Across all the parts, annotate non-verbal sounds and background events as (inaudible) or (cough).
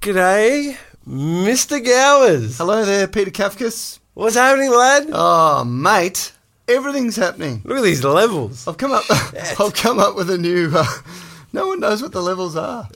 G'day, Mr. Gowers. Hello there, Peter Kafkas. What's happening, lad? Oh, mate, everything's happening. Look at these levels. I've come up. (laughs) I've come up with a new. Uh, no one knows what the (laughs) levels are.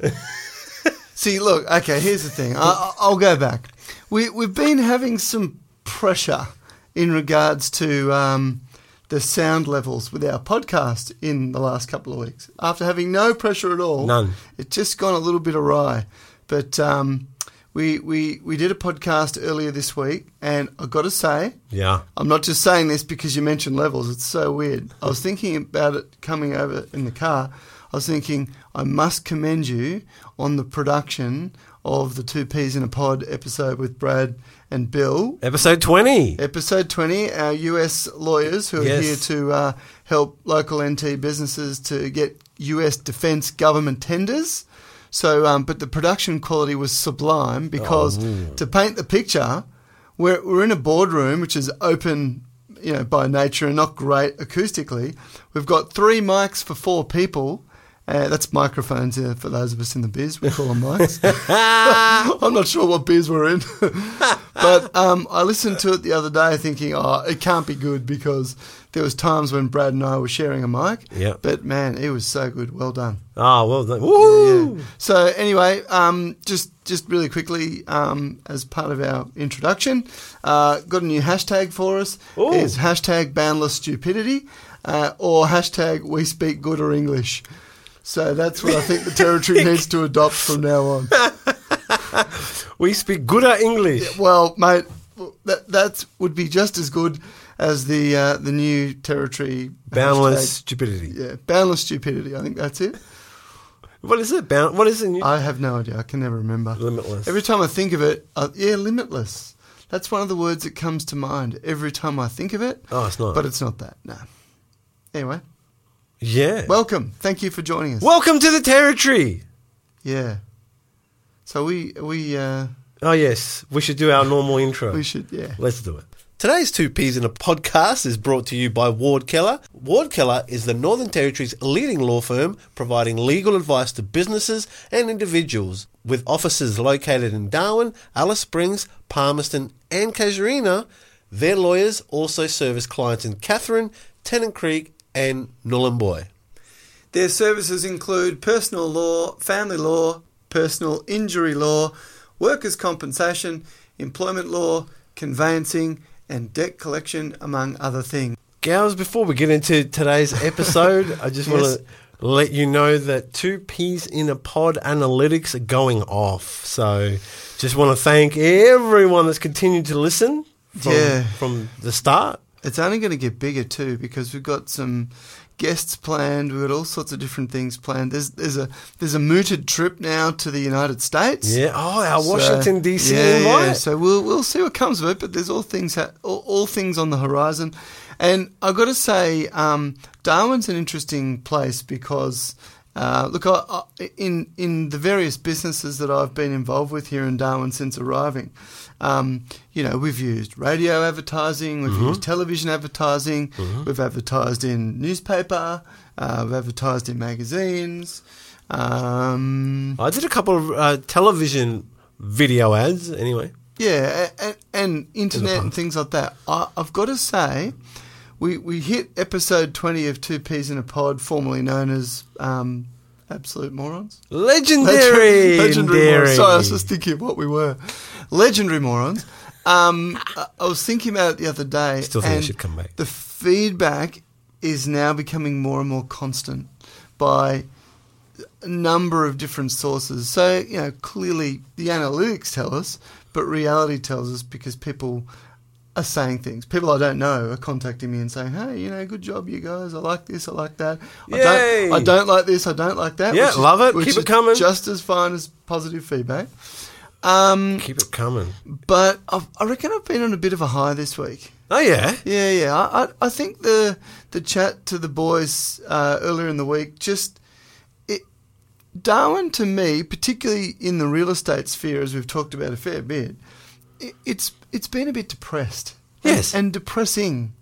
See, look. Okay, here's the thing. I- I, I'll go back. We we've been having some pressure in regards to um, the sound levels with our podcast in the last couple of weeks. After having no pressure at all, None. It's just gone a little bit awry. But um, we we we did a podcast earlier this week, and I got to say, Yeah. I'm not just saying this because you mentioned levels. It's so weird. I was thinking about it coming over in the car. I was thinking I must commend you on the production of the Two Peas in a Pod episode with Brad and Bill. Episode 20. Episode 20, our US lawyers who are Yes. here to uh, help local NT businesses to get US defense government tenders. So, um, but the production quality was sublime because to paint the picture, we're, we're in a boardroom which is open, you know, by nature and not great acoustically. We've got three mics for four people. Uh, that's microphones uh, for those of us in the biz. We call them mics. (laughs) I'm not sure what beers we're in. (laughs) but um, I listened to it the other day thinking, oh, it can't be good because there was times when Brad and I were sharing a mic. Yeah. But man, it was so good. Well done. Ah, well done. Woo! So anyway, um, just just really quickly, um, as part of our introduction, uh, got a new hashtag for us. Ooh. It's hashtag boundless stupidity uh, or hashtag we speak good or English. So that's what I think (laughs) the territory needs to adopt from now on. We speak gooder English. Well, mate, that that would be just as good as the uh, the new territory Boundless hashtag. stupidity. Yeah, boundless stupidity. I think that's it. What is it? Bound- what is it? I have no idea. I can never remember. Limitless. Uh, Every time I think of it, uh, yeah, limitless. That's one of the words that comes to mind every time I think of it. oh, it's not. But it's not that. No. Anyway, yeah. welcome. Thank you for joining us. Welcome to the territory. Yeah. So we we uh, Oh, yes. We should do our normal intro. we should yeah. Let's do it. Today's Two Peas in a Podcast is brought to you by Ward Keller. Ward Keller is the Northern Territory's leading law firm providing legal advice to businesses and individuals, with offices located in Darwin, Alice Springs, Palmerston, and Casuarina. Their lawyers also service clients in Catherine, Tennant Creek, and Nullumboy. Their services include personal law, family law, personal injury law, workers' compensation, employment law, conveyancing, and debt collection, among other things. Gals, before we get into today's episode, I just Yes. want to let you know that two peas in a pod analytics are going off. So just want to thank everyone that's continued to listen from, Yeah. from the start. It's only going to get bigger too because we've got some guests planned. We've got all sorts of different things planned. There's there's a there's a mooted trip now to the United States. Yeah. Oh, our So- Washington, D.C. Yeah, invite. yeah. So we'll we'll see what comes of it, but there's all things ha- all, all things on the horizon, and I've got to say, um, Darwin's an interesting place because. Uh, look, I, I, in in the various businesses that I've been involved with here in Darwin since arriving, um, you know, we've used radio advertising, we've used television advertising, we've advertised in newspaper, uh, we've advertised in magazines. Um, I did a couple of uh, television video ads anyway. Yeah, a- a- and internet and things like that. I, I've got to say, we we hit episode twenty of Two Peas in a Pod, formerly known as um, Absolute Morons. Legendary. morons. Sorry, I was just thinking of what we were. Legendary morons. Um, I, I was thinking about it the other day. Still think it and should come back. The feedback is now becoming more and more constant by a number of different sources. So, you know, clearly the analytics tell us, but reality tells us because people are saying things. People I don't know are contacting me and saying, "Hey, you know, good job, you guys. I like this. I like that. I Yay. don't. I don't like this. I don't like that. Yeah, which is- love it. which Keep it is coming. Just as fine as positive feedback. Um, Keep it coming. but I've, I reckon I've been on a bit of a high this week. Oh, yeah. Yeah, yeah. I, I, I think the the chat to the boys uh, earlier in the week just it, Darwin to me, particularly in the real estate sphere, as we've talked about a fair bit, it, it's it's been a bit depressed. Yes. and, and depressing.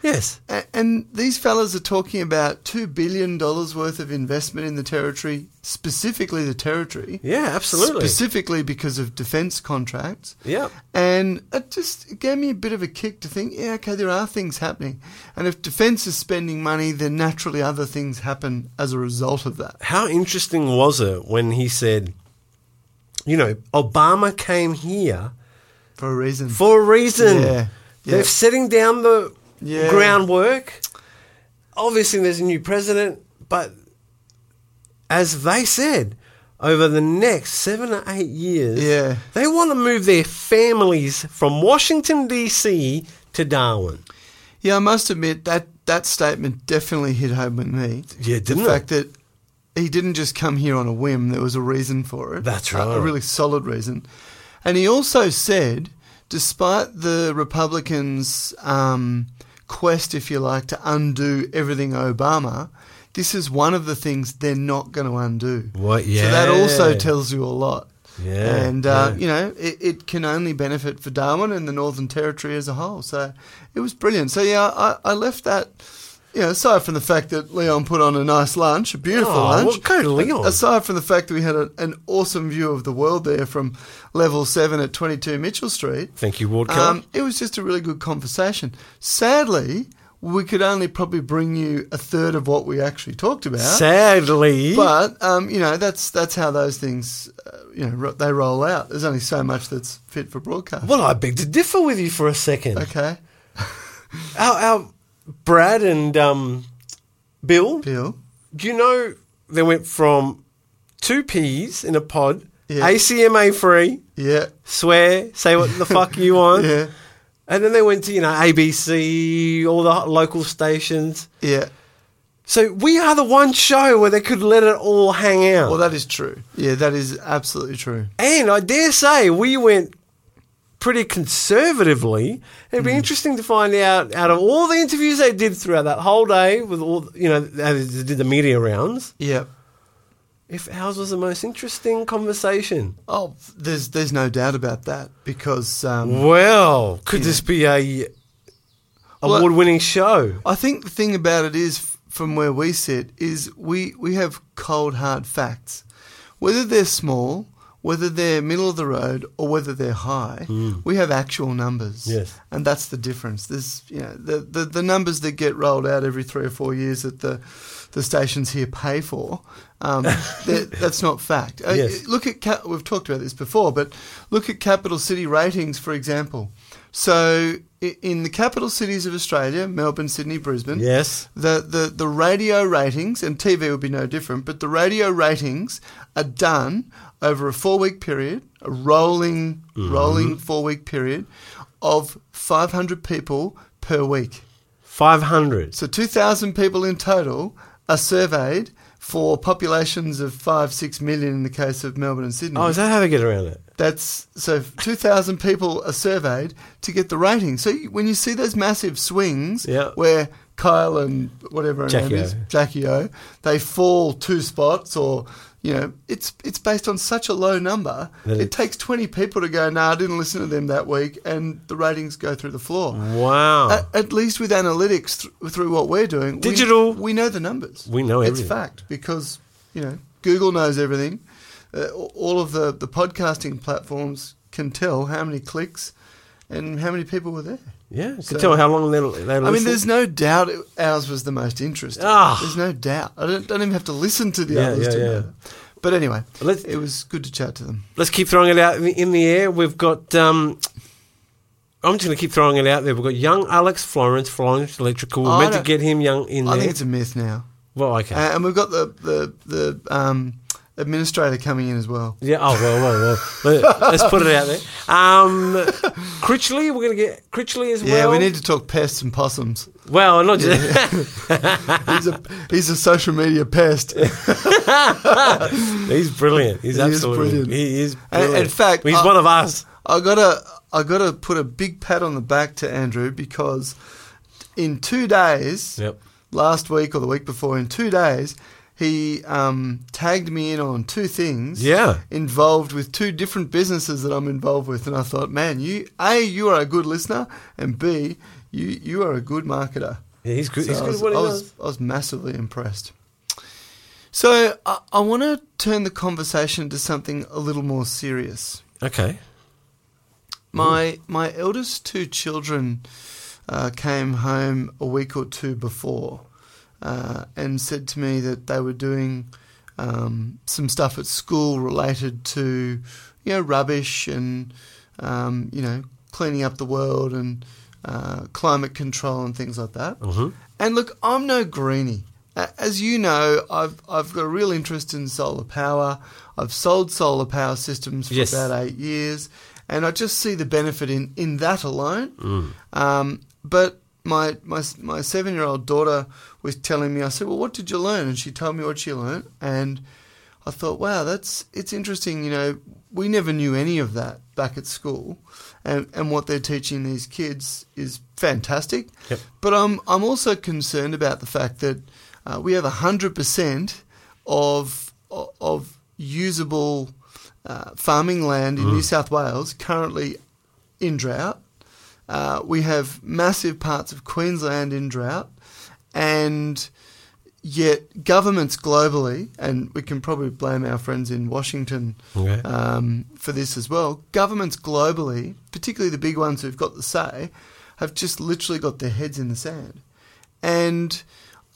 Yes. A- And these fellas are talking about $2 billion worth of investment in the territory, specifically the territory. Yeah, absolutely. Specifically because of defence contracts. Yep. And it just it gave me a bit of a kick to think, yeah, okay, there are things happening. And if defence is spending money, then naturally other things happen as a result of that. How interesting was it when he said, you know, Obama came here For a reason. for a reason. Yeah, yeah. They're setting down the Yeah. groundwork. Obviously, there's a new president, but as they said, over the next seven or eight years, Yeah. they want to move their families from Washington, D.C. to Darwin. Yeah, I must admit that that statement definitely hit home with me. Yeah, didn't it? the fact that he didn't just come here on a whim; there was a reason for it. That's A- right. a really solid reason. And he also said, despite the Republicans' um, quest, if you like, to undo everything Obama, this is one of the things they're not going to undo. What- So that also yeah. tells you a lot. Yeah, And, uh, yeah. you know, it, it can only benefit for Darwin and the Northern Territory as a whole. So it was brilliant. So, yeah, I, I left that, you know, aside from the fact that Leon put on a nice lunch, a beautiful Oh, lunch. well, go to Leon. Aside from the fact that we had a, an awesome view of the world there from level seven at 22 Mitchell Street. Thank you, Ward Keller. Um, it was just a really good conversation. Sadly, we could only probably bring you a third of what we actually talked about. Sadly, But um, you know that's that's how those things, uh, you know, ro- they roll out. There's only so much that's fit for broadcast. well, I beg to differ with you for a second. Okay, Our, our Brad and um, Bill, Bill. do you know they went from two peas in a pod, Yeah. ACMA free, Yeah, swear, say what the fuck (laughs) you want, yeah, and then they went to you know ABC, all the local stations. yeah. So we are the one show where they could let it all hang out. Well, that is true. Yeah, that is absolutely true. And I dare say we went pretty conservatively. It'd Hmm. be interesting to find out out of all the interviews they did throughout that whole day with all you know they did the media rounds, Yeah. if ours was the most interesting conversation. Oh, there's there's no doubt about that because um, Well, could this be a Well, award winning show? I think the thing about it is, f- from where we sit, is we we have cold hard facts, whether they're small, whether they're middle of the road, or whether they're high. We have actual numbers, Hmm. Yes. and that's the difference. There's you know the, the the numbers that get rolled out every three or four years that the the stations here pay for. (laughs) Um, they're- that's not fact. Uh, Yes. look at cap- we've talked about this before, but look at capital city ratings, for example. So i- in the capital cities of Australia, Melbourne, Sydney, Brisbane, Yes. the, the the radio ratings and TV would be no different, but the radio ratings are done over a four week period, a rolling rolling four week period of 500 people per week. 500. So 2,000 people in total are surveyed for populations of five, six million in the case of Melbourne and Sydney. Oh, is that how they get around it? That's so 2,000 people are surveyed to get the rating. So you- when you see those massive swings Yeah. where Kyle and whatever her Jackie name is, O. Jackie O, they fall two spots or, you know, it's it's based on such a low number. That it it- takes 20 people to go, nah, I didn't listen to them that week, and the ratings go through the floor. Wow. At, at least with analytics th- through what we're doing, we- Digital. we, know the numbers. We know everything. It's fact because you know Google knows everything. Uh, a- all of the the podcasting platforms can tell how many clicks and how many people were there. yeah, you so- can tell how long they, they I mean, listen. there's no doubt it- ours was the most interesting. Ah. There's no doubt. I don't, don't even have to listen to the Yeah, others yeah, to yeah. know. But anyway, Let's- it was good to chat to them. let's keep throwing it out in the, in the air. We've got. Um, I'm just going to keep throwing it out there. We've got young Alex Florence, Florence Electrical. We're Oh, I meant to don't- get him young in I there. think it's a myth now, well, okay. Uh, and we've got the the the um, administrator coming in as well. yeah. Oh well, well, well. Let- Let's put it out there. Um, Critchley, we're going to get Critchley as well. Yeah, we need to talk pests and (laughs) possums. Well, not just. He's a he's a social media pest. (laughs) he's brilliant. He's He is absolutely. brilliant. He is. And- in Brilliant. fact, he's I- one of us. I gotta I gotta put a big pat on the back to Andrew because in two days, Yep. last week or the week before, in two days, he um, tagged me in on two things. Yeah. Involved with two different businesses that I'm involved with, and I thought, man, you a you are a good listener, and b you you are a good marketer. Yeah, he's good. So he's I good was, at what he I does. was, I was massively impressed. So I, I want to turn the conversation to something a little more serious. Okay. My my eldest two children uh, came home a week or two before uh, and said to me that they were doing um, some stuff at school related to you know rubbish and um, you know cleaning up the world and uh, climate control and things like that. Mhm. And look, I'm no greenie. A- As you know, I've I've got a real interest in solar power. I've sold solar power systems for Yes. about eight years, and I just see the benefit in, in that alone. Um, but my my my seven year old daughter was telling me. I said, "Well, what did you learn?" And she told me what she learned, and I thought, "Wow, that's it's interesting." You know, we never knew any of that back at school, and and what they're teaching these kids is fantastic. Yep. But I'm I'm also concerned about the fact that uh, we have hundred percent of of usable uh, farming land in New South Wales currently in drought. Uh, we have massive parts of Queensland in drought, and yet governments globally, and we can probably blame our friends in Washington Okay. um, for this as well. Governments globally, particularly the big ones who've got the say, have just literally got their heads in the sand. And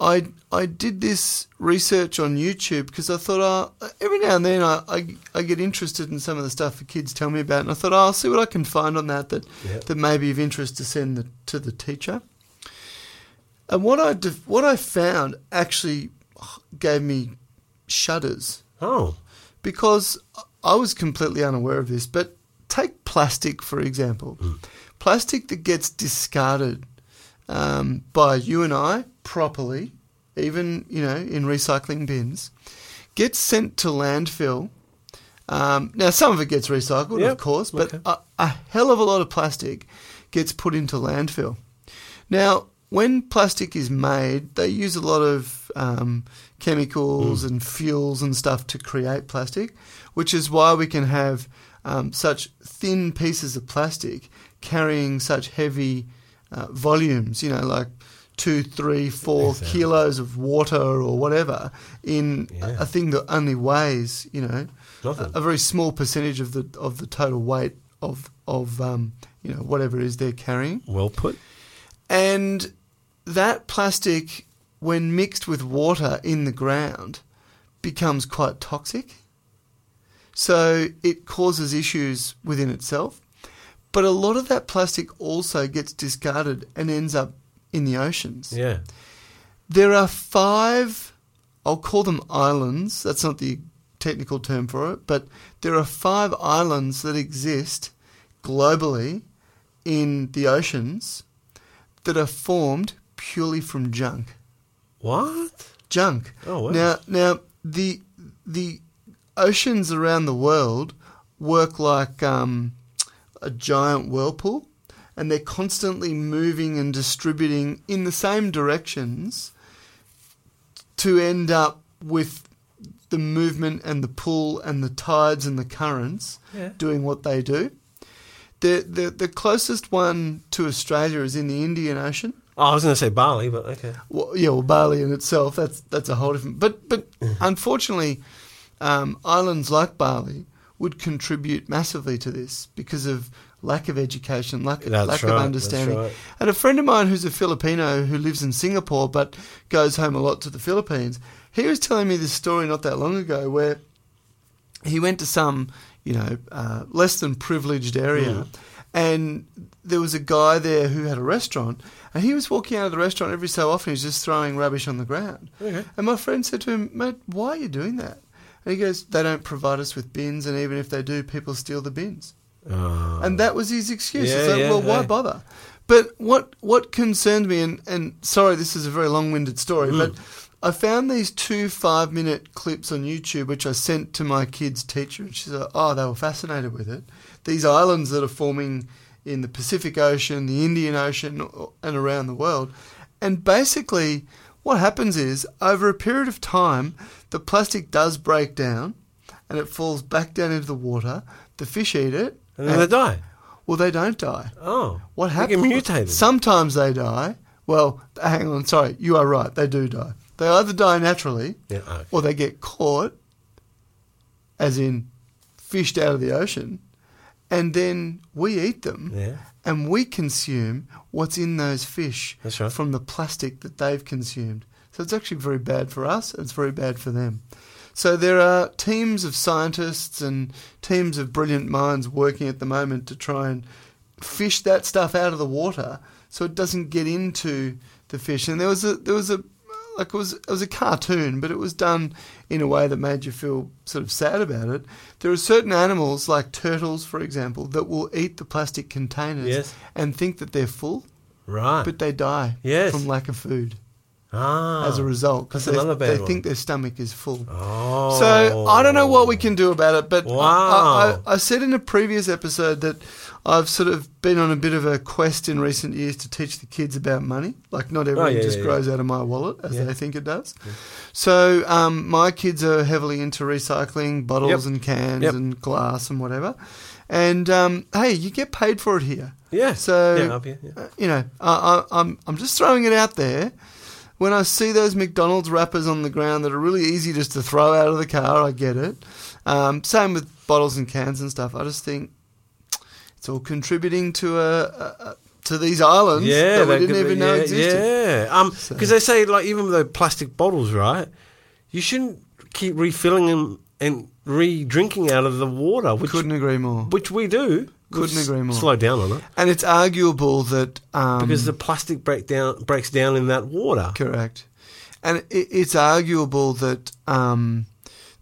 I I did this research on YouTube because I thought oh, every now and then I, I, I get interested in some of the stuff the kids tell me about, and I thought oh, I'll see what I can find on that that, Yeah. that may be of interest to send the, to the teacher. And what I def- what I found actually uh, gave me shudders oh. because I was completely unaware of this. But take plastic, for example. Hmm. Plastic that gets discarded um, by you and I properly, even, you know, in recycling bins, gets sent to landfill. Um, now, some of it gets recycled, Yep. of course, but Okay. a, a hell of a lot of plastic gets put into landfill. Now, when plastic is made, they use a lot of um, Mm. chemicals and fuels and stuff to create plastic, which is why we can have um, such thin pieces of plastic carrying such heavy uh, volumes, you know, like two, three, four Exactly. kilos of water or whatever in a- Yeah. a thing that only weighs, you know, Nothing. a very small percentage of the of the total weight of of um, you know whatever it is they're carrying, Well put. and that plastic, when mixed with water in the ground, becomes quite toxic. So it causes issues within itself, but a lot of that plastic also gets discarded and ends up in the oceans. Yeah. There are five, I'll call them islands. That's not the technical term for it, but there are five islands that exist globally in the oceans that are formed purely from junk. What? Junk. Oh, wow. Now, now the the oceans around the world work like um, a giant whirlpool, and they're constantly moving and distributing in the same directions to end up with the movement and the pull and the tides and the currents Yeah. doing what they do. The, the the closest one to Australia is in the Indian Ocean. Oh, I was going to say Bali, but okay. Well, yeah, well, Bali in itself, that's that's a whole different. But but Mm-hmm. unfortunately, um, islands like Bali would contribute massively to this because of lack of education, lack, That's lack right, of that's understanding. right. And a friend of mine who's a Filipino who lives in Singapore but goes home a lot to the Philippines, he was telling me this story not that long ago where he went to some, you know, uh, less than privileged area, and there was a guy there who had a restaurant, and he was walking out of the restaurant every so often. He was just throwing rubbish on the ground. Okay. And my friend said to him, "Mate, why are you doing that?" And he goes, "They don't provide us with bins, and even if they do, people steal the bins." Oh. And that was his excuse. Yeah, it's like, yeah, well, why hey. bother? But what what concerned me, and, and sorry, this is a very long winded story, Hmm. but I found these two five minute clips on YouTube, which I sent to my kid's teacher, and she said, oh, they were fascinated with it. These islands that are forming in the Pacific Ocean, the Indian Ocean, and around the world. And basically, what happens is, over a period of time, the plastic does break down and it falls back down into the water. The fish eat it. and then they die. Well, they don't die. Oh, What they happens? Get mutated. Sometimes they die. Well, hang on. Sorry, you are right. They do die. They either die naturally, Yeah, okay. or they get caught, as in fished out of the ocean, and then we eat them, Yeah. and we consume what's in those fish That's right. from the plastic that they've consumed. So it's actually very bad for us. and It's very bad for them. So there are teams of scientists and teams of brilliant minds working at the moment to try and fish that stuff out of the water so it doesn't get into the fish. And there was a there was a like it was it was a cartoon, but it was done in a way that made you feel sort of sad about it. There are certain animals like turtles, for example, that will eat the plastic containers Yes. and think that they're full, right. but they die Yes. from lack of food ah, as a result because That's they, another bad they one. think their stomach is full. Oh. So I don't know what we can do about it, but I- I, Wow. I, I said in a previous episode that I've sort of been on a bit of a quest in recent years to teach the kids about money. Like not everyone Oh, yeah, just yeah, grows out of my wallet as Yeah. they think it does. So um, my kids are heavily into recycling bottles Yep. and cans Yep. and glass and whatever. And um, hey, you get paid for it here. Yeah. So Yeah, up here, yeah. uh, you know, I, I, I'm I'm just throwing it out there. When I see those McDonald's wrappers on the ground that are really easy just to throw out of the car, I get it. Um, same with bottles and cans and stuff. I just think it's all contributing to a, a, a to these islands that we they didn't could- even know yeah, existed. Yeah, um, because they say like even with the plastic bottles, right? You shouldn't keep refilling them and re-drinking out of the water, which Couldn't agree more. which we do. We've Couldn't s- agree more. Slow down on it And it's arguable that um, because the plastic break down, breaks down in that water. Correct. And it, it's arguable that um,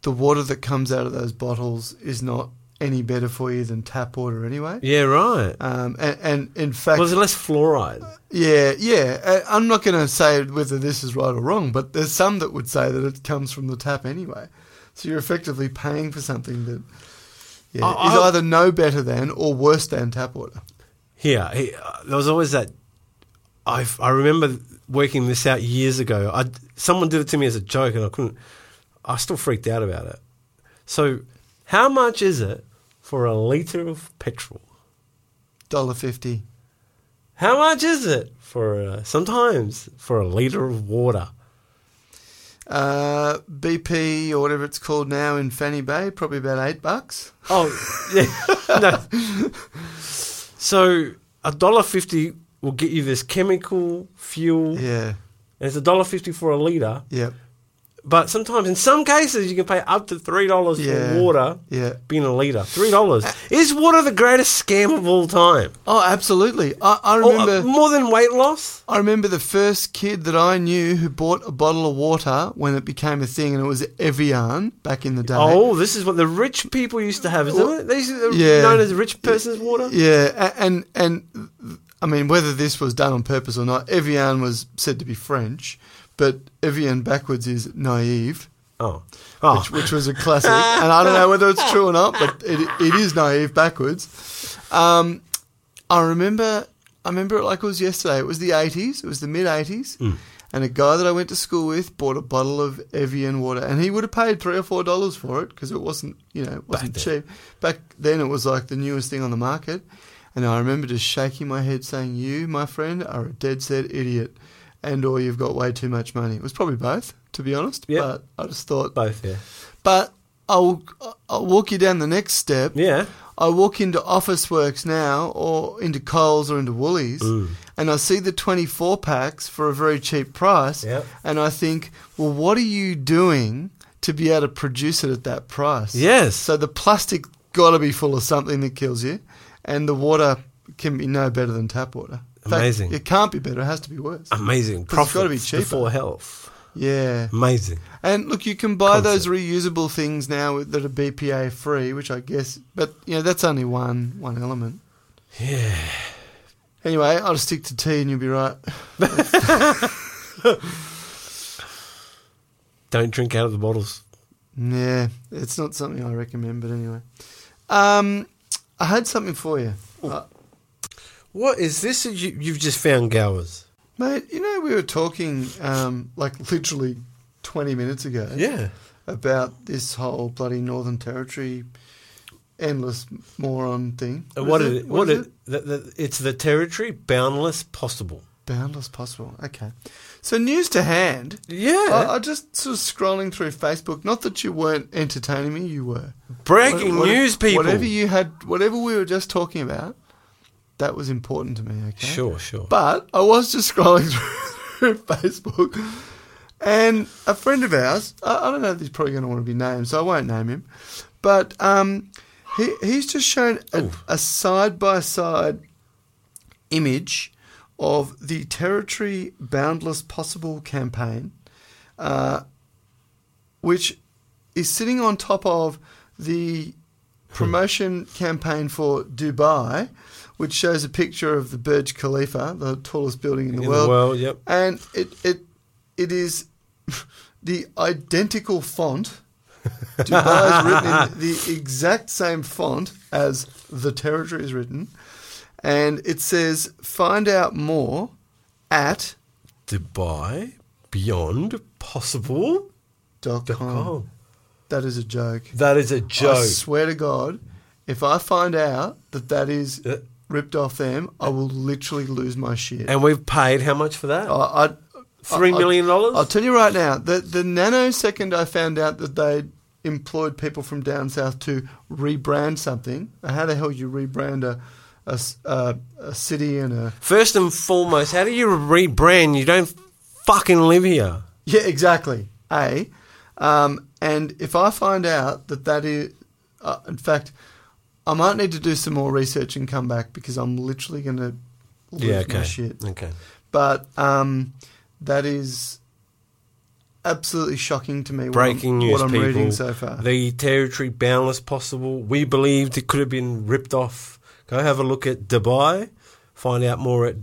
the water that comes out of those bottles is not any better for you than tap water anyway. Yeah, right. Um, and, and in fact, well, there's less fluoride. yeah, yeah. I- I'm not going to say whether this is right or wrong, but there's some that would say that it comes from the tap anyway. So you're effectively paying for something that yeah, I- is I- either no better than or worse than tap water. Here, he, uh, there was always that. I I remember working this out years ago. I someone did it to me as a joke, and I couldn't. I still freaked out about it. So, how much is it for a liter of petrol? Dollar fifty. How much is it for uh, sometimes for a liter of water? Uh, BP or whatever it's called now in Fanny Bay, probably about eight bucks. Oh, yeah, (laughs) no. So a dollar fifty will get you this chemical fuel, and Yeah. it's a dollar fifty for a liter. Yep. But sometimes, in some cases, you can pay up to three dollars Yeah. for water. Yeah. Being a leader, three dollars is water the greatest scam of all time. Oh, absolutely. I, I Or, remember. uh, more than weight loss. I remember the first kid that I knew who bought a bottle of water when it became a thing, and it was Evian back in the day. Oh, this is what the rich people used to have, isn't it? These are Yeah. known as rich person's water. Yeah, a- and and I mean whether this was done on purpose or not, Evian was said to be French, but Evian backwards is naive, Oh, oh, which, which was a classic. and I don't know whether it's true or not, but it it is naive backwards. Um, I remember I remember it like it was yesterday. It was the eighties. It was the mid eighties. And a guy that I went to school with bought a bottle of Evian water, and he would have paid three or four dollars for it because it wasn't, you know, it wasn't Back cheap. Back then, it was like the newest thing on the market. And I remember just shaking my head, saying, "You, my friend, are a dead set idiot, and or you've got way too much money." It was probably both, to be honest. Yep. But I just thought, both. Yeah, but I'll I'll walk you down the next step. yeah. I walk into Office Works now, or into Coles or into Woolies, Mm. and I see the 24 packs for a very cheap price, Yep. and I think, well, what are you doing to be able to produce it at that price? Yes. So the plastic got to be full of something that kills you, and the water can be no better than tap water. In fact, Amazing. Ah. it can't be better. It has to be worse. Amazing. gotta Profits be cheaper. before health. yeah. Amazing. And look, you can buy those Concept. reusable things now that are BPA free, which I guess, but you know, that's only one one element. Yeah. Anyway, I'll just stick to tea, and you'll be right. Don't drink out of the bottles. Yeah, it's not something I recommend, but anyway, um, I had something for you, uh, What is this? that You, you've just found Gowers. mate. You know, we were talking um, like literally twenty minutes ago Yeah. about this whole bloody Northern Territory endless moron thing. And Uh, what is it? What, it? The, the, it's the territory boundless possible. Boundless possible. Okay. So news to hand. Yeah. I, I just sort of scrolling through Facebook. Not that you weren't entertaining me. You were. Breaking What- what- news, people. Whatever you had, whatever we were just talking about, that was important to me. Okay. Sure, sure. But I was just scrolling (laughs) through Facebook, and a friend of ours, I, I don't know if he's probably going to want to be named, so I won't name him, but um, he, he's just shown a- a side by side image of the Territory Boundless Possible campaign, uh, which is sitting on top of the promotion campaign for Dubai, which shows a picture of the Burj Khalifa, the tallest building in In the the world. world, yep. And it, it, it is (laughs) the identical (laughs) font. Dubai is written in the exact same font as the territory is written. And it says, find out more at Dubai beyond possible. dot Oh, com. That is a joke. that is a I joke. swear to God, if I find out that that is Yeah. ripped off them, I will literally lose my shit. and we've paid how much for that? I, I, Three I- million dollars. I'll tell you right now, the, the nanosecond I found out that they employed people from down south to rebrand something, how the hell you rebrand a, a s- a- a city and a. First and foremost, how do you rebrand? You don't fucking live here. Yeah, exactly. A. Um, and if I find out that that is. Uh, in fact, I might need to do some more research and come back because I'm literally going to lose yeah. Okay. my shit. Okay. But um, that is absolutely shocking to me. what I'm- Breaking news, what I'm people. reading so far. The territory boundless possible. We believed it could have been ripped off. Go have a look at Dubai. Find out more at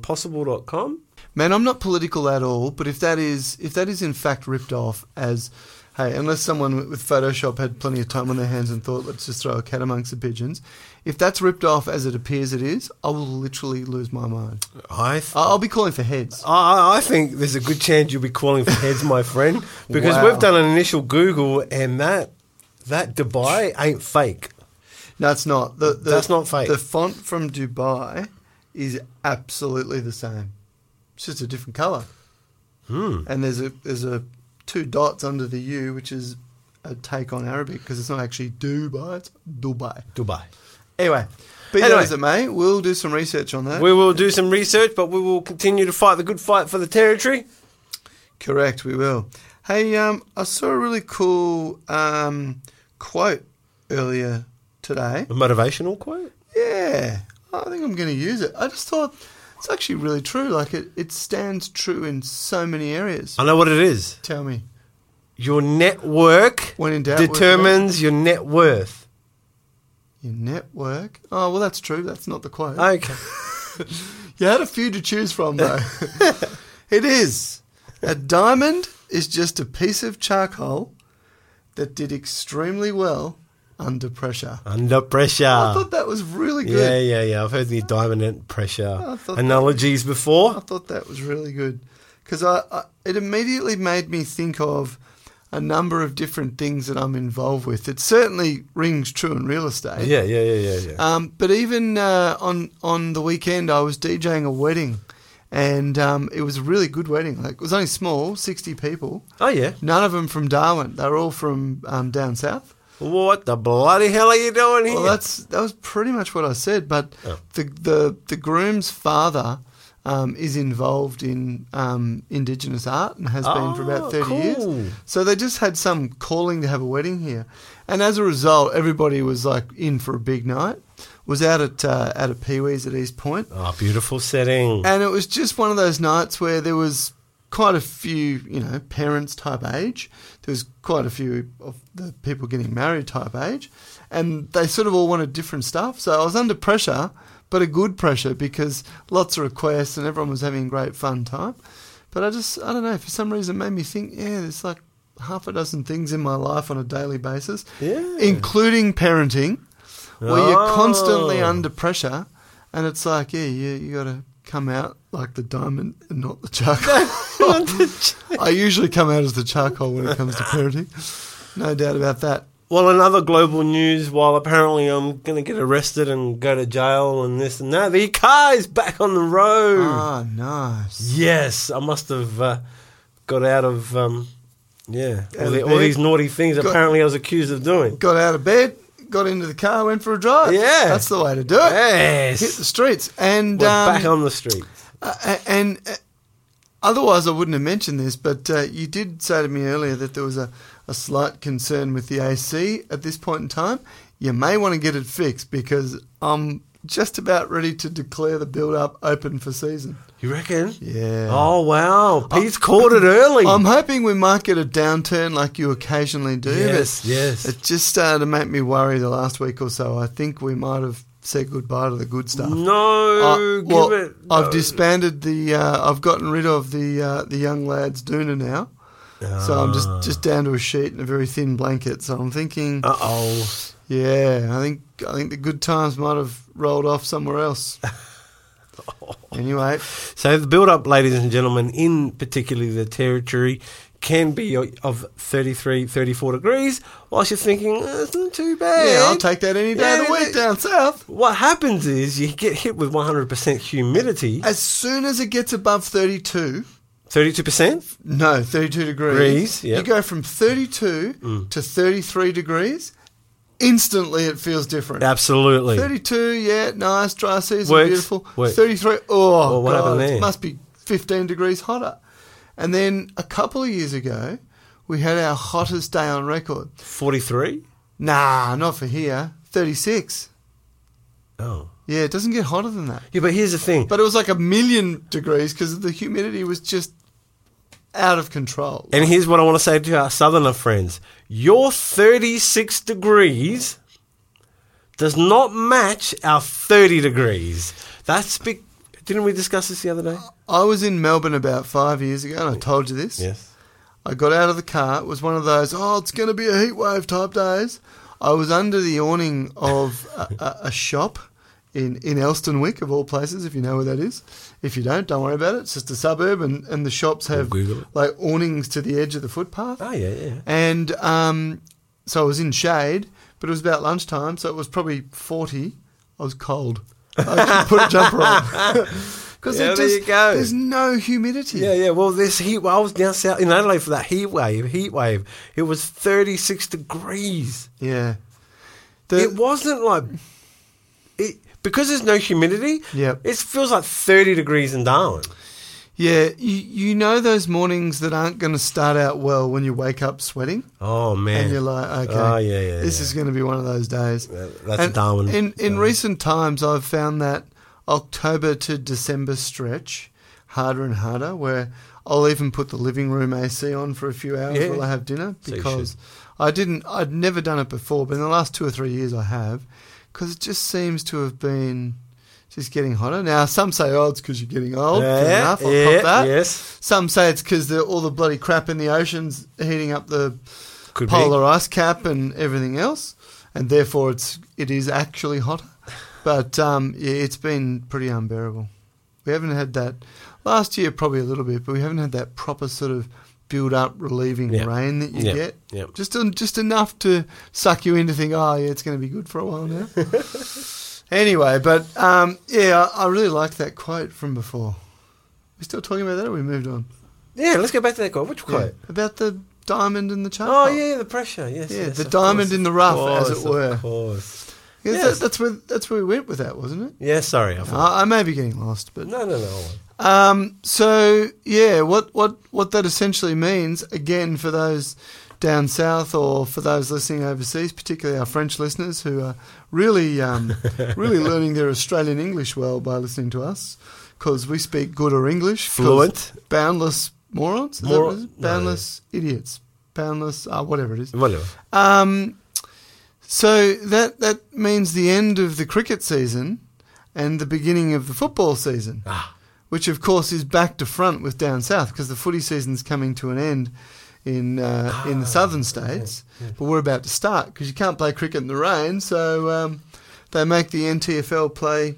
DubaiBeyondPossible.com. Man, I'm not political at all, but if that is if that is in fact ripped off as hey, unless someone with Photoshop had plenty of time on their hands and thought, let's just throw a cat amongst the pigeons, if that's ripped off as it appears it is, I will literally lose my mind. I, th- I- I'll be calling for heads. I I think there's a good chance you'll be calling for heads, my friend, because Wow. we've done an initial Google and that that Dubai ain't fake. No, it's not. The, the, That's not fake. The font from Dubai is absolutely the same. It's just a different color. Hmm. And there's a there's a two dots under the U, which is a take on Arabic because it's not actually Dubai, it's Dubai. Dubai. Anyway, be Anyway. that as it may, we'll do some research on that. We will do some research, but we will continue to fight the good fight for the territory. Correct, we will. Hey, um, I saw a really cool um, quote earlier today. A motivational quote. Yeah, I think I'm going to use it. I just thought it's actually really true. Like it, it stands true in so many areas. I know what it is. Tell me. Your network When in doubt, work it out. determines your net worth. Your network. Oh, well, that's true. That's not the quote. Okay. You had a few to choose from, though. (laughs) it is. A diamond is just a piece of charcoal that did extremely well under pressure. Under pressure. I thought that was really good. yeah, yeah, yeah. I've heard the dominant pressure I thought that- analogies I before. thought that was really good because I, I it immediately made me think of a number of different things that I'm involved with. It certainly rings true in real estate. Yeah, yeah, yeah, yeah, yeah. Um, but even uh, on on the weekend, I was DJing a wedding, and um, it was a really good wedding. Like it was only small, sixty people. Oh, yeah. None of them from Darwin. They were all from um, down south. What the bloody hell are you doing here? Well, that's that was pretty much what I said. But the the the groom's father um, is involved in um, Indigenous art and has been for Oh, about thirty cool. years. So they just had some calling to have a wedding here, and as a result, everybody was like in for a big night. Was out at uh, out at Pee Wee's at East Point, oh, beautiful setting. and it was just one of those nights where there was quite a few, you know, parents type age. There was quite a few of the people getting married type age, and they sort of all wanted different stuff. So I was under pressure, but a good pressure because lots of requests and everyone was having a great fun time. But I just, I don't know, for some reason it made me think, yeah, there's like half a dozen things in my life on a daily basis, Yeah. including parenting, where you're constantly Oh. (laughs) under pressure, and it's like, yeah, you you got to come out like the diamond and not the (laughs) charcoal. I usually come out as the charcoal when it comes to parenting, no doubt about that. Well, another global news. While apparently I'm going to get arrested and go to jail and this and that, the car is back on the road. Ah, nice. Yes, I must have uh, got out of um, yeah all, Out the, of all bed. these naughty things. Got- apparently, I was accused of doing. Got out of bed, got into the car, went for a drive. Yeah. That's the way to do it. Hit the Yes, streets. And we're um, back on the street. Uh, a- and uh, otherwise, I wouldn't have mentioned this, but uh, you did say to me earlier that there was a, a slight concern with the AC at this point in time. You may want to get it fixed because I'm just about ready to declare the build up open for season. You reckon? Yeah. Oh wow, Pete's caught it early. I'm hoping we might get a downturn like you occasionally do. Yes, but yes. It just started to make me worry the last week or so. I think we might have said goodbye to the good stuff. no, I- Uh, well, give it. I've no. disbanded the. Uh, I've gotten rid of the uh, the young lads Duna now, so I'm Ah. just just down to a sheet and a very thin blanket. So I'm thinking, Uh oh. yeah, I think I think the good times might have rolled off (laughs) somewhere else. Anyway, So the build-up, ladies and gentlemen, in particularly the territory, can be of 33, 34 degrees, whilst you're thinking, "Eh, it's not too bad. yeah, I'll take that any day of the Yeah, week down south. What happens is you get hit with 100% humidity, As soon as it gets above 32, 32%. no, 32 degrees, Degrees, yep. Mm. you go from 32 to 33 degrees. Instantly, it feels different. Absolutely. 32, yeah, nice, dry season, Works. beautiful. Works. 33, oh, Well, what God, happened it there? must be 15 degrees hotter. And then a couple of years ago, we had our hottest day on record. 43? Nah, not for here. 36. Oh. Yeah, it doesn't get hotter than that. Yeah, but here's the thing. But it was like a million degrees because the humidity was just out of control. And here's what I want to say to our southerner friends. Your 36 degrees does not match our 30 degrees. That's big. Didn't we discuss this the other day? I was in Melbourne about five years ago, and I told you this. I got out of the car. It was one of those, oh, it's going to be a heat wave type days. I was under the awning of a, a, a shop in, in Elstonwick, of all places, if you know where that is. If you don't, don't worry about it. It's just a suburb, and, and the shops have Google it. like awnings to the edge of the footpath. Oh, yeah, yeah. And um, so I was in shade, but it was about lunchtime, so it was probably 40. I was cold. I put a (laughs) jumper on. (laughs) Because Yeah, it there just, you go. there's no humidity. Yeah, yeah. Well, this heat wave. I was down south in Adelaide for that heat wave. Heat wave. It was 36 degrees. Yeah. The- it wasn't like it because there's no humidity. Yep. it feels like 30 degrees in Darwin. Yeah, you, you know those mornings that aren't going to start out well when you wake up sweating Oh man. and you're like, okay, Oh, yeah, yeah, this yeah. is going to be one of those days. That- that's a And Darwin In in thing. recent times, I've found that October to December stretch harder and harder. Where I'll even put the living room AC on for a few hours Yeah. while I have dinner So you because I didn't. I'd never done it before, but in the last two or three years, I have because it just seems to have been. Just getting hotter now. Some say, "Oh, it's because you're getting old." Fair enough, I'll yeah, cop that. yes. Some say it's because all the bloody crap in the oceans heating up the Could polar ice cap and everything else, and therefore it's it is actually hotter. But um, yeah, it's been pretty unbearable. We haven't had that last year, probably a little bit, but we haven't had that proper sort of build up, relieving Yeah. rain that you Yeah. get. Yeah. Just en- just enough to suck you in to think, oh yeah, it's going to be good for a (laughs) while now. anyway, but um, yeah, I, I really liked that quote from before. We still talking about that, or we moved on? be. Yeah, let's go back to that quote. Which quote? Yeah. About the diamond and the charcoal. Oh yeah, the pressure. Yes, Yeah, yes, the of diamond course, in the rough, as course, it were. Of course. Yeah, that- Yes. that's where that's where we went with that, wasn't it? Yeah, sorry. I forgot. I, I may be getting lost, but no, no, no. um, so yeah, what what what that essentially means again for those down south or for those listening overseas, particularly our French listeners who are really (laughs) um, really learning their Australian English well by listening to us because we speak good or English 'cause Fluent. boundless morons, Is that Moro- what it is? no, yeah. boundless idiots, boundless uh, whatever it is. Whatever. Um, so that that means the end of the cricket season and the beginning of the football season, Ah. which of course is back to front with down south because the footy season's coming to an end in uh, in the southern states, but we're about to start because you can't play cricket in the rain, so um, they make the NTFL play.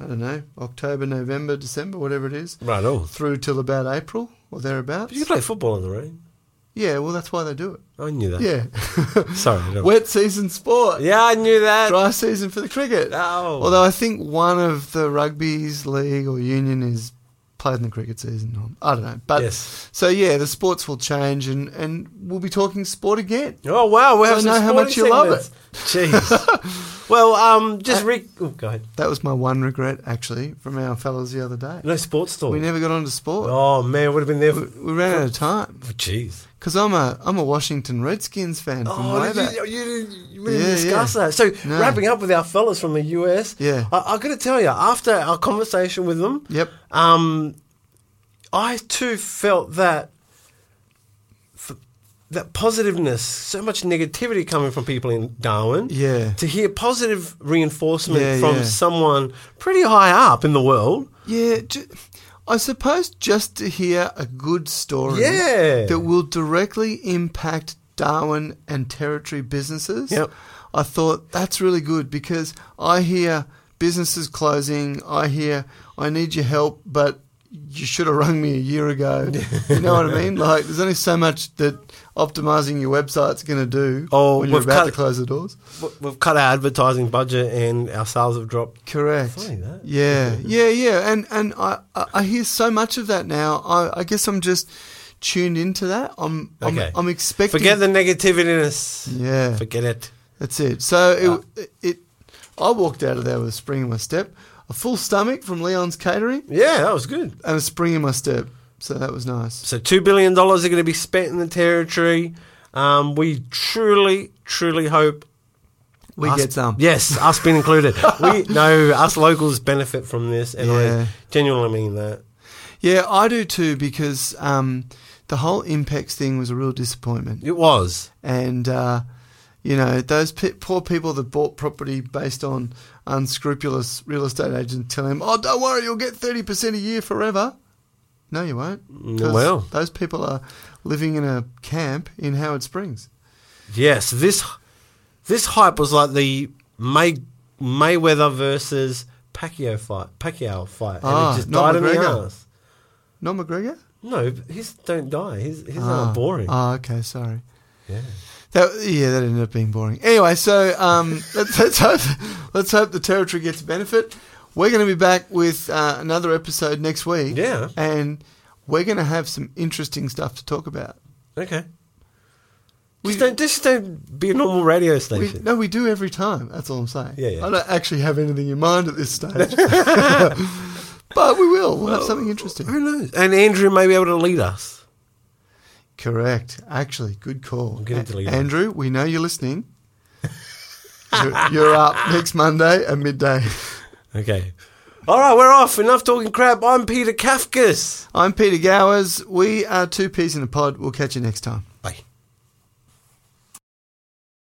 I don't know, October, November, December, whatever it is, Right oh. on. through till about April or thereabouts. But you can play football in the rain. Yeah, well, that's why they do it. I knew that. Yeah. (laughs) Sorry. I don't- Wet season sport. Yeah, I knew that. Oh. Dry season for the cricket. No. Although I think one of the rugby's league or union is played in the cricket season. I don't know. But Yes. so yeah, the sports will change and, and we'll be talking sport again. Oh wow, we have I some know how much sporting you love Uh, segments. (laughs) Jeez. well, um, just re- oh, go ahead. That was my one regret actually from our fellas the other day. No sports talk. We never got onto sport. oh man, would have been there. We, For- we ran out of time Oh, Jeez. because I'm a I'm a Washington Redskins fan from way Oh, back. did you, you, didn't- you didn't Yeah, discuss yeah. that. So No. wrapping up with our fellas from the US, Yeah. I, I got to tell you, after our conversation with them, Yep. um, I too felt that f- that positiveness, so much negativity coming from people in Darwin. Yeah. To hear positive reinforcement Yeah, from yeah. someone pretty high up in the world. Yeah, ju- I suppose just to hear a good story Yeah. that will directly impact Darwin and territory businesses. Yep. I thought that's really good because I hear businesses closing, I hear I need your help, but you should have rung me a (laughs) year ago. you know what I mean? Like there's only so much that optimizing your website's going to do Oh, when you're we've about cut- to close the doors. We- We've cut our advertising budget and our sales have dropped. Correct. Funny that. (laughs) Yeah, yeah, yeah. And and I, I I hear so much of that now. I, I guess I'm just tuned into that. I'm I'm, Okay. I'm expecting. Forget the negativity. Yeah, Forget it. that's it. So it, Ah. it I walked out of there with a spring in my step, a full stomach from Leon's catering, Yeah, that was good. and a spring in my step. So that was nice. So two billion dollars are going to be spent in the territory. Um, we truly, truly hope We us- get some. Yes, us being (laughs) included. we no, us locals benefit from this, and Yeah. I genuinely mean that. Yeah, I do too because um, the whole Impex thing was a real disappointment. It was and uh, you know those pe- poor people that bought property based on unscrupulous real estate agents telling them, "Oh, don't worry, you'll get thirty percent a year forever." No, you won't. 'cause Mm, Well. those people are living in a camp in Howard Springs. yes. This this hype was like the May Mayweather versus Pacquiao fight. Pacquiao fight, and Ah, it just not died in the McGregor. ass. Not McGregor. No, his don't die. His his aren't boring. Oh, okay, sorry. yeah. That, yeah, that ended up being boring. Anyway, so um, (laughs) let's, let's hope let's hope the territory gets a benefit. We're going to be back with uh, another episode next week. Yeah. and we're going to have some interesting stuff to talk about. Okay. We- just don't just don't be a normal radio We, station. no, we do every time. That's all I'm saying. Yeah, yeah. I don't actually have anything in mind at this (laughs) stage, (laughs) but we will. We'll have something interesting. Who knows? And Andrew may be able to lead us. Correct. Actually, good call. I'm getting A- deleted. Andrew, we know (laughs) you're listening. you're, you're up next Monday at midday. Okay. All right, we're off. Enough talking crap. I'm Peter Kafkas. I'm Peter Gowers. We are two peas in a pod. We'll catch you next time.